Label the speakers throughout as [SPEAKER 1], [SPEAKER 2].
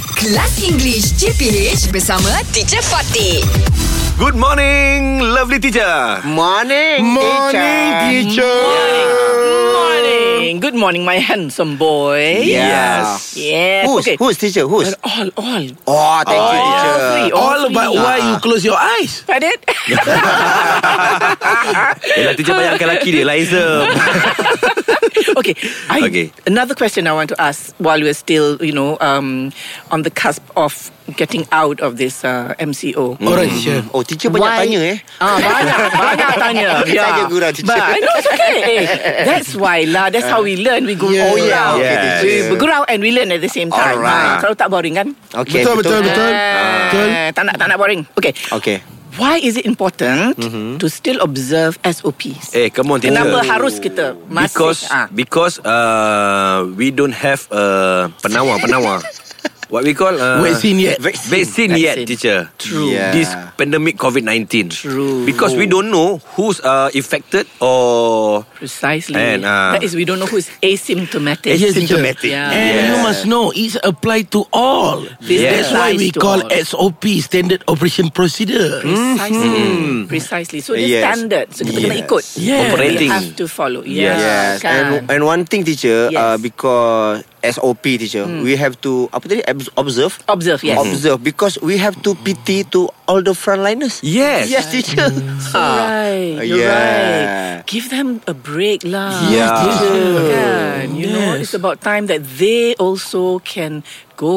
[SPEAKER 1] Kelas English CPH bersama Teacher Fatih.
[SPEAKER 2] Good morning, lovely teacher.
[SPEAKER 3] Morning, teacher.
[SPEAKER 4] morning. Good morning, my handsome boy.
[SPEAKER 3] Yes.
[SPEAKER 4] Yes.
[SPEAKER 3] Who's
[SPEAKER 4] okay.
[SPEAKER 3] who's teacher? Who's?
[SPEAKER 4] All, all.
[SPEAKER 3] Oh, thank you, teacher.
[SPEAKER 4] three,
[SPEAKER 5] All
[SPEAKER 4] three.
[SPEAKER 5] but why you close your eyes?
[SPEAKER 4] Pardon?
[SPEAKER 2] Yelah, teacher bayangkan lelaki dia, Liza.
[SPEAKER 4] okay. I,
[SPEAKER 2] Okay.
[SPEAKER 4] Another question I want to ask while we're still, you know, um, on the cusp of getting out of this uh, MCO.
[SPEAKER 5] Alright, sure.
[SPEAKER 3] Oh, teacher banyak
[SPEAKER 4] Why-
[SPEAKER 3] tanya eh.
[SPEAKER 4] Ah, banyak, banyak tanya.
[SPEAKER 3] Kita tanya gurau, teacher.
[SPEAKER 4] But I know it's okay. Eh, that's why lah. That's how we learn. We go
[SPEAKER 5] Yeah.
[SPEAKER 4] all
[SPEAKER 5] Oh, yeah.
[SPEAKER 4] around.
[SPEAKER 2] Okay,
[SPEAKER 4] We
[SPEAKER 3] teacher.
[SPEAKER 4] bergurau and we learn at the same time.
[SPEAKER 3] Alright.
[SPEAKER 4] Kalau tak boring kan?
[SPEAKER 3] Okay,
[SPEAKER 5] betul, betul, betul. betul.
[SPEAKER 4] Ah, tak nak, tak nak boring. Okay.
[SPEAKER 3] Okay.
[SPEAKER 4] Why is it important to still observe SOPs?
[SPEAKER 2] eh, come on, teacher.
[SPEAKER 4] Kenapa harus kita masih?
[SPEAKER 2] Because
[SPEAKER 4] ah.
[SPEAKER 2] because uh, we don't have uh, penawar penawar. What we call uh,
[SPEAKER 5] Vaccine yet.
[SPEAKER 2] Vaccine, yet,
[SPEAKER 4] Vaccine.
[SPEAKER 2] teacher.
[SPEAKER 3] True. Yeah.
[SPEAKER 2] This pandemic COVID nineteen.
[SPEAKER 4] True.
[SPEAKER 2] Because we don't know who's uh, affected or
[SPEAKER 4] Precisely.
[SPEAKER 2] And, ah.
[SPEAKER 4] that is, we don't know who is asymptomatic.
[SPEAKER 5] Yes, teacher.
[SPEAKER 4] Yeah.
[SPEAKER 5] And you
[SPEAKER 2] Yeah.
[SPEAKER 5] must know it's applied to all.
[SPEAKER 4] This
[SPEAKER 5] That's why
[SPEAKER 4] applies to
[SPEAKER 5] we call
[SPEAKER 4] all.
[SPEAKER 5] SOP Standard Operation Procedure.
[SPEAKER 4] Hmm? Precisely. Precisely. So the
[SPEAKER 3] Yes.
[SPEAKER 4] standard. So kita kena
[SPEAKER 3] Yes.
[SPEAKER 4] ikut.
[SPEAKER 5] Yeah.
[SPEAKER 4] We
[SPEAKER 2] Operating.
[SPEAKER 4] have to follow. Yeah.
[SPEAKER 2] Yes.
[SPEAKER 3] Yes.
[SPEAKER 4] Kan.
[SPEAKER 3] And and one thing, teacher.
[SPEAKER 4] Yes.
[SPEAKER 3] Uh, because SOP, teacher, we have to apa tadi Abs- observe.
[SPEAKER 4] Observe, yes.
[SPEAKER 3] Observe because we have to pity to all the frontliners.
[SPEAKER 2] yes.
[SPEAKER 3] Yes, teacher.
[SPEAKER 2] Ah,
[SPEAKER 4] Right. You're
[SPEAKER 3] Yeah.
[SPEAKER 4] right. Give them a break lah.
[SPEAKER 5] Yes, teacher.
[SPEAKER 4] Kan. You know,
[SPEAKER 5] Yes.
[SPEAKER 4] it's about time that they also can go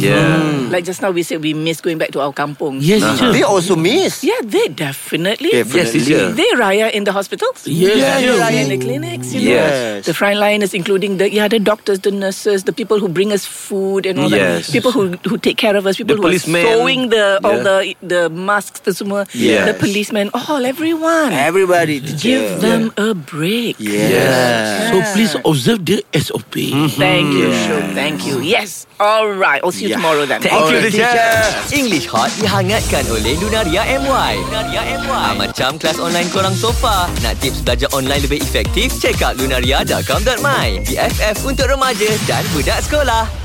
[SPEAKER 2] Mm-hmm.
[SPEAKER 4] Mm.
[SPEAKER 2] Yeah.
[SPEAKER 4] Like just now we said we miss going back to our kampung.
[SPEAKER 5] Yes, teacher.
[SPEAKER 3] Uh-huh. They also miss.
[SPEAKER 4] Yeah, they definitely.
[SPEAKER 3] Definitely.
[SPEAKER 2] Yes, teacher.
[SPEAKER 4] They raya in the hospitals.
[SPEAKER 5] Yes,
[SPEAKER 4] they
[SPEAKER 5] yes.
[SPEAKER 4] raya in the clinics. You
[SPEAKER 3] Yes.
[SPEAKER 4] know, the frontliners, including the yeah, the doctors, the nurses, the people who bring us food and all
[SPEAKER 2] Yes.
[SPEAKER 4] that. People who who take care of us. People who
[SPEAKER 2] policemen.
[SPEAKER 4] are sewing the all
[SPEAKER 2] Yeah.
[SPEAKER 4] the the masks, the semua,
[SPEAKER 2] Yes.
[SPEAKER 4] the policemen, all everyone.
[SPEAKER 3] Everybody,
[SPEAKER 4] Give
[SPEAKER 3] teacher.
[SPEAKER 4] them a break.
[SPEAKER 3] Yes.
[SPEAKER 5] So please observe the SOP.
[SPEAKER 4] Mm-hmm. Thank you, Shuk. Thank you. Yes. All right. I'll see you
[SPEAKER 3] Yeah.
[SPEAKER 4] tomorrow then.
[SPEAKER 2] Thank you, teacher.
[SPEAKER 6] English Hot dihangatkan oleh Lunaria MY. Lunaria MY. Ha, macam kelas online korang sofa. Nak tips belajar online lebih efektif? Check out lunaria.com.my. BFF untuk remaja dan budak sekolah.